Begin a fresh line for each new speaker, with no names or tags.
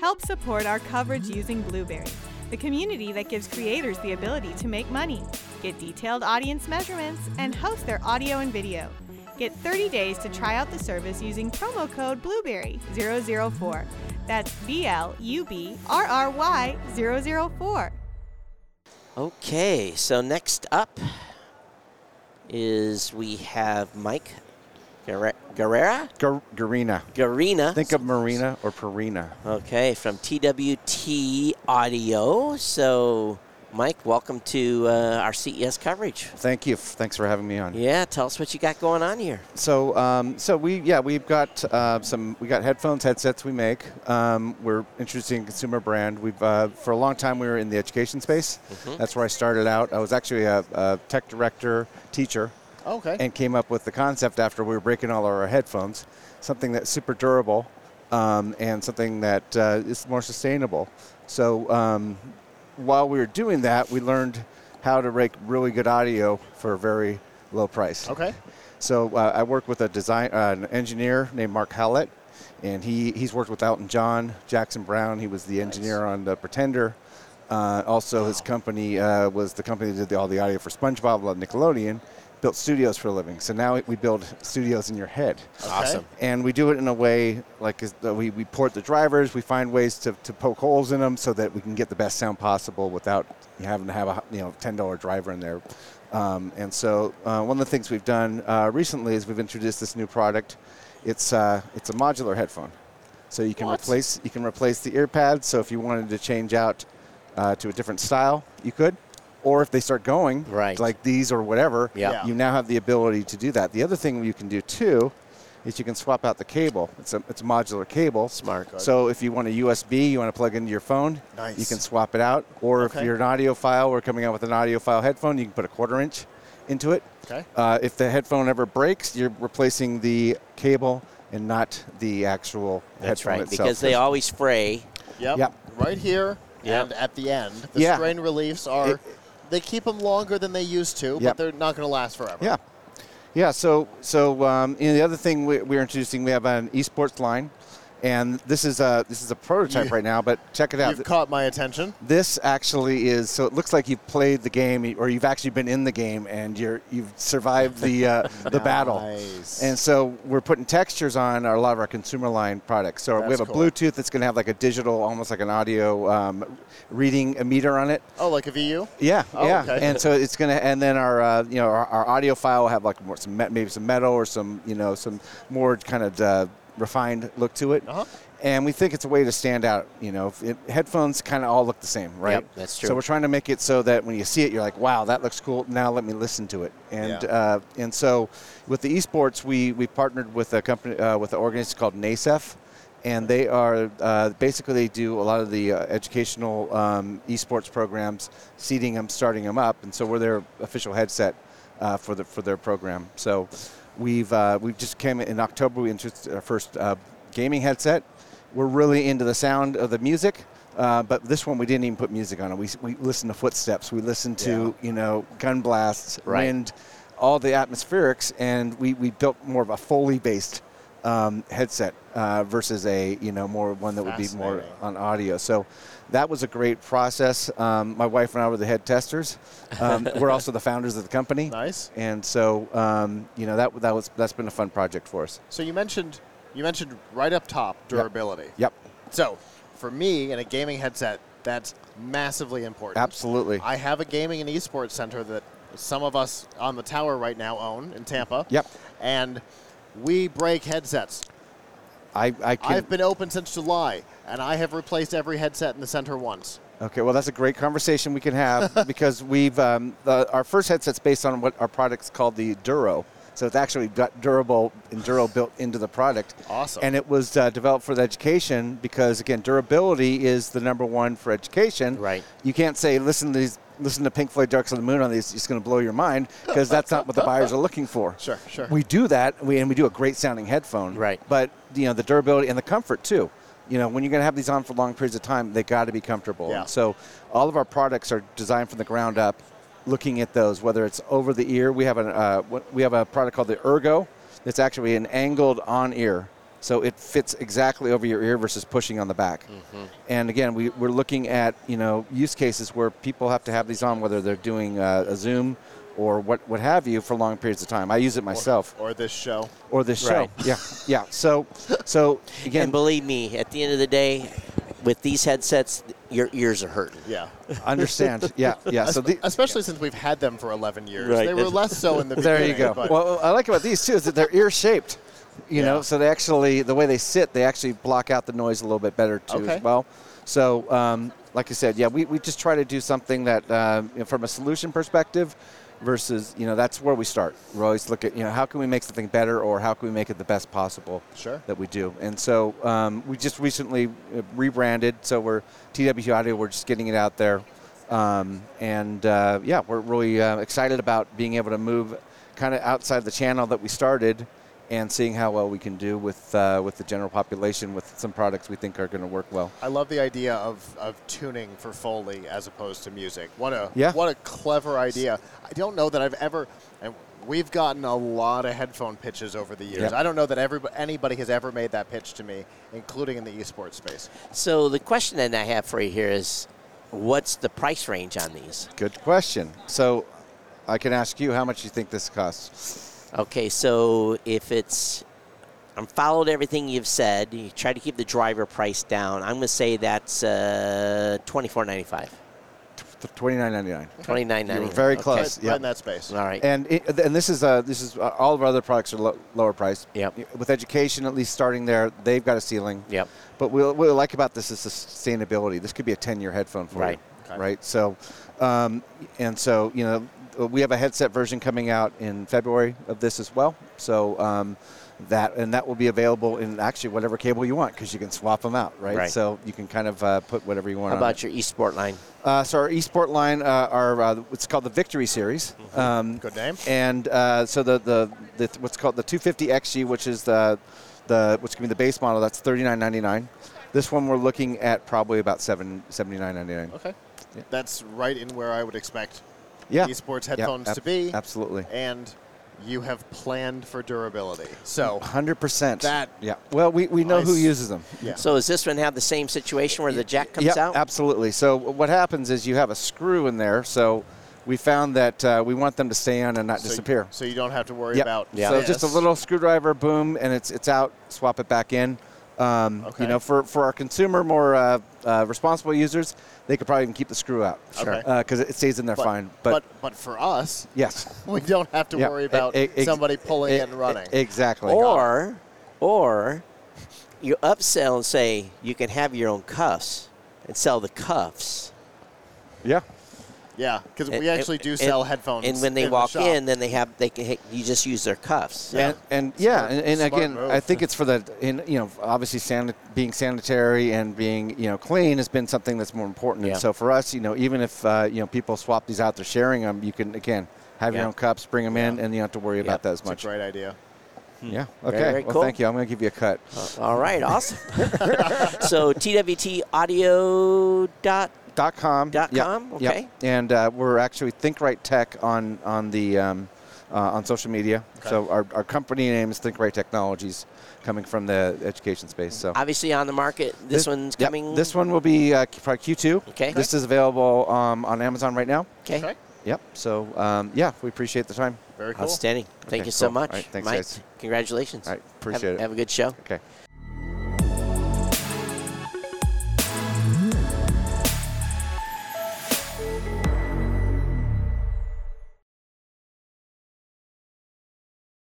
Help support our coverage using Blueberry, the community that gives creators the ability to make money, get detailed audience measurements, and host their audio and video. Get 30 days to try out the service using promo code Blueberry004. That's B L U B R R Y 004.
Okay, so next up is we have Mike Guerre- Guerrera?
Gar- Garina.
Garina.
Think of Marina or Perina.
Okay, from TWT Audio. So, Mike, welcome to uh, our CES coverage.
Thank you. Thanks for having me on.
Yeah, tell us what you got going on here.
So, um, so we yeah we've got uh, some we got headphones headsets we make. Um, we're interested in consumer brand. We've uh, for a long time we were in the education space. That's where I started out. I was actually a, a tech director teacher
Okay.
and came up with the concept after we were breaking all of our headphones, something that's super durable um, and something that uh, is more sustainable. So um, while we were doing that, we learned how to make really good audio for a very low price.
okay.
So uh, I work with a design, uh, an engineer named Mark Hallett, and he, he's worked with Elton John, Jackson Brown. He was the engineer on The Pretender. Uh, also, his company uh, was the company that did the, all the audio for SpongeBob, Love Nickelodeon. Built studios for a living. So now we build studios in your head.
Awesome.
And we do it in a way like is- that we, we port the drivers, we find ways to, to poke holes in them so that we can get the best sound possible without having to have a you know $10 driver in there. Um, and so uh, one of the things we've done uh, recently is we've introduced this new product. It's, uh, it's a modular headphone. So you can replace you can replace the ear pads. So if you wanted to change out uh, to a different style, you could. Or if they start going,
Right.
like these or whatever,
Yeah.
Yeah.
you now have the ability to do that. The other thing you can do too is you can swap out the cable. It's a, it's a modular cable.
Smart.
So if you want a USB, you want to plug into your phone,
Nice.
you can swap it out. Or if
Okay.
you're an audiophile, we're coming out with an audiophile headphone, you can put a quarter inch into it.
Okay.
Uh, if the headphone ever breaks, you're replacing the cable and not the actual
That's
headphone
right,
itself.
because they always fray.
Yep.
Yep.
Right here
Yep.
and at the end. The
Yeah.
strain reliefs are,
It-
they keep them longer than they used to, but
Yep.
they're not going to last forever.
Yeah. Yeah. So, so um, you know, the other thing we, we're introducing, we have an esports line, and this is a this is a prototype
You-
right now. But check it out.
You've caught my attention.
This actually is so. It looks like you've played the game, or you've actually been in the game, and you're you've survived the uh, the battle.
Nice.
And so we're putting textures on our, a lot of our consumer line products. So we
That's
have a
cool.
Bluetooth that's going to have like a digital, almost like an audio um, reading emitter on it.
Oh, like a VU?
Yeah,
Oh,
yeah,
okay.
and so it's gonna, and then our, uh, you know, our, our audio file will have like more, some me- maybe some metal or some, you know, some more kind of uh, refined look to it.
Uh-huh.
And we think it's a way to stand out. You know, If it, headphones kind of all look the same, right?
that's
So
true.
we're trying to make it so that when you see it, you're like, wow, that looks cool. Now let me listen to it. And
Yeah.
uh, and so with the esports, we we partnered with a company uh, with an organization called NACEF. And they are uh, basically they do a lot of the uh, educational um, esports programs, seeding them, starting them up, and so we're their official headset uh, for the for their program. So we've uh, we just came in October. We introduced our first uh, gaming headset, we're really into the sound of the music. Uh, but this one we didn't even put music on it. We, we listened to footsteps. We listened to you know gun blasts,
Right.
wind, all the atmospherics, and we, we built more of a Foley based um, headset uh, versus a you know more one that would be more
Fascinating.
on audio. So that was a great process. Um, my wife and I were the head testers. Um, we're also the founders of the company.
Nice.
And so um, you know that that was that's been a fun project for us.
So you mentioned, you mentioned right up top durability.
Yep,
So for me in a gaming headset, that's massively important.
absolutely.
I have a gaming and esports center that some of us on the tower right now own in Tampa.
Yep.
And we break headsets.
I, I can,
I've been open since July, and I have replaced every headset in the center once.
Okay, well, that's a great conversation we can have because we've um, the, our first headset's based on what our product's called the Duro. So it's actually got durable and Duro built into the product.
Awesome.
And it was uh, developed for the education because again, durability is the number one for education.
Right.
You can't say listen to these, listen to Pink Floyd, Dark Side of the Moon on these. It's going to blow your mind because that's not what the buyers are looking for.
Sure, sure.
We do that, we, and we do a great sounding headphone.
Right.
But you know the durability and the comfort too. You know when you're going to have these on for long periods of time, they got to be comfortable.
Yeah.
And So all of our products are designed from the ground up, looking at those. Whether it's over the ear, we have an uh, what- we have a product called the Ergo. That's actually an angled on ear. So it fits exactly over your ear versus pushing on the back.
Mm-hmm.
And again, we, we're looking at you know use cases where people have to have these on, whether they're doing uh, a Zoom or what, what have you, for long periods of time. I use it myself
or this show.
or, this show.
Right.
Yeah, yeah. So so
And
again,
believe me, at the end of the day, with these headsets, your ears are hurting.
Yeah.
understand. Yeah, yeah. So the,
Especially since we've had them for 11 years.
Right.
They were less so in the
There
beginning.
you go.
but-
Well, what I like about these too is that they're ear shaped. You know,
Yeah.
so they actually the way they sit, they actually block out the noise a little bit better too
Okay.
as well. So, um, like I said, yeah, we, we just try to do something that um, you know, from a solution perspective versus you know that's where we start. We always look at you know how can we make something better or how can we make it the best possible
Sure.
that we do. And so um, we just recently uh, rebranded, so we're TW Audio. We're just getting it out there, um, and uh, yeah, we're really uh, excited about being able to move kind of outside the channel that we started, and seeing how well we can do with uh, with the general population with some products we think are going to work well.
I love the idea of, of tuning for Foley as opposed to music. What a
Yeah.
what a clever idea. I don't know that I've ever and we've gotten a lot of headphone pitches over the years.
Yep.
I don't know that everybody, anybody has ever made that pitch to me, including in the esports space.
So the question that I have for you here is, what's the price range on these?
Good question. So I can ask you how much you think this costs.
Okay, so if it's, I'm followed everything you've said. You try to keep the driver price down. I'm going to say that's uh, 24.95,
Twenty nine ninety nine.
29.99.
You were very
Okay.
close.
Right, right in that space.
All right.
And it, and this is uh, this is uh, all of our other products are lo- lower priced.
Yep.
With education, at least starting there, they've got a ceiling.
Yep.
But we'll, what I like about this is the sustainability. This could be a 10-year headphone for
Right.
you,
Okay.
right? So, um, and so you know, we have a headset version coming out in February of this as well. So um, that and that will be available in actually whatever cable you want because you can swap them out, right?
Right.
So you can kind of uh, put whatever you want.
How
on it.
about your eSport line?
Uh, so our eSport line, uh, our uh, it's called the Victory Series.
Mm-hmm.
Um,
Good name.
And uh, so the, the the what's called the 250 XG, which is the the what's going to be the base model. That's 39.99. This one we're looking at probably about seven seventy nine ninety nine.
Okay. That's right in where I would expect
Yeah.
esports
Yeah,
headphones
ab-
to be.
absolutely.
And you have planned for durability. So
Hundred percent.
That-
Yeah. Well, we, we know who
Nice.
uses them.
yeah.
So does this one have the same situation where the jack comes
yeah,
out?
absolutely. So what happens is you have a screw in there. So we found that uh, we want them to stay on and not
so
disappear.
You, so you don't have to worry
Yep.
about
Yeah.
So
this.
just a little screwdriver, boom, and it's it's out. Swap it back in. Um,
Okay.
You know, for, for our consumer, more uh, uh, responsible users, they could probably even keep the screw out.
Sure. Okay.
Because it stays in there fine. But,
but but for us,
yes.
we don't have to
Yeah.
worry about
E- ex-
somebody pulling
e-
and running.
e- Exactly.
or, or you upsell and say you can have your own cuffs and sell the cuffs.
yeah.
yeah, because we
And-
actually do
and-
sell headphones.
And when they
in the
walk
shop.
in, then they have they can you just use their cuffs.
Yeah.
And, and yeah,
Smart-
and, and
smart
again,
move.
I think it's for the in you know obviously sanit- being sanitary and being you know clean has been something that's more important.
Yeah.
And so for us, you know, even if uh, you know people swap these out, they're sharing them. You can again have
Yeah.
your own cups, bring them in, and you don't have to worry about that as
It's a
much.
great idea.
Yeah. Okay.
Mm. Very, very
well,
cool. Uh,
thank you. I'm going to give you a cut.
All right, awesome. so twtaudio dot.
Dot com.
Dot
Yep,
com,
yep.
okay.
And uh, we're actually Think Right Tech on on the um, uh, on social media.
Okay.
So our, our company name is Think Right Technologies, coming from the education space. So
Obviously on the market. This, one's
yep,
coming.
This one will be uh, for Q2.
Okay.
This is available um, on Amazon right now.
Okay.
Okay.
Yep. So um, yeah, we appreciate the time.
Very cool.
Outstanding. Thank
Okay,
you so
cool.
much,
All right, thanks,
Mike.
guys.
Congratulations.
All right,
Have-
appreciate it.
Have a good show.
Okay.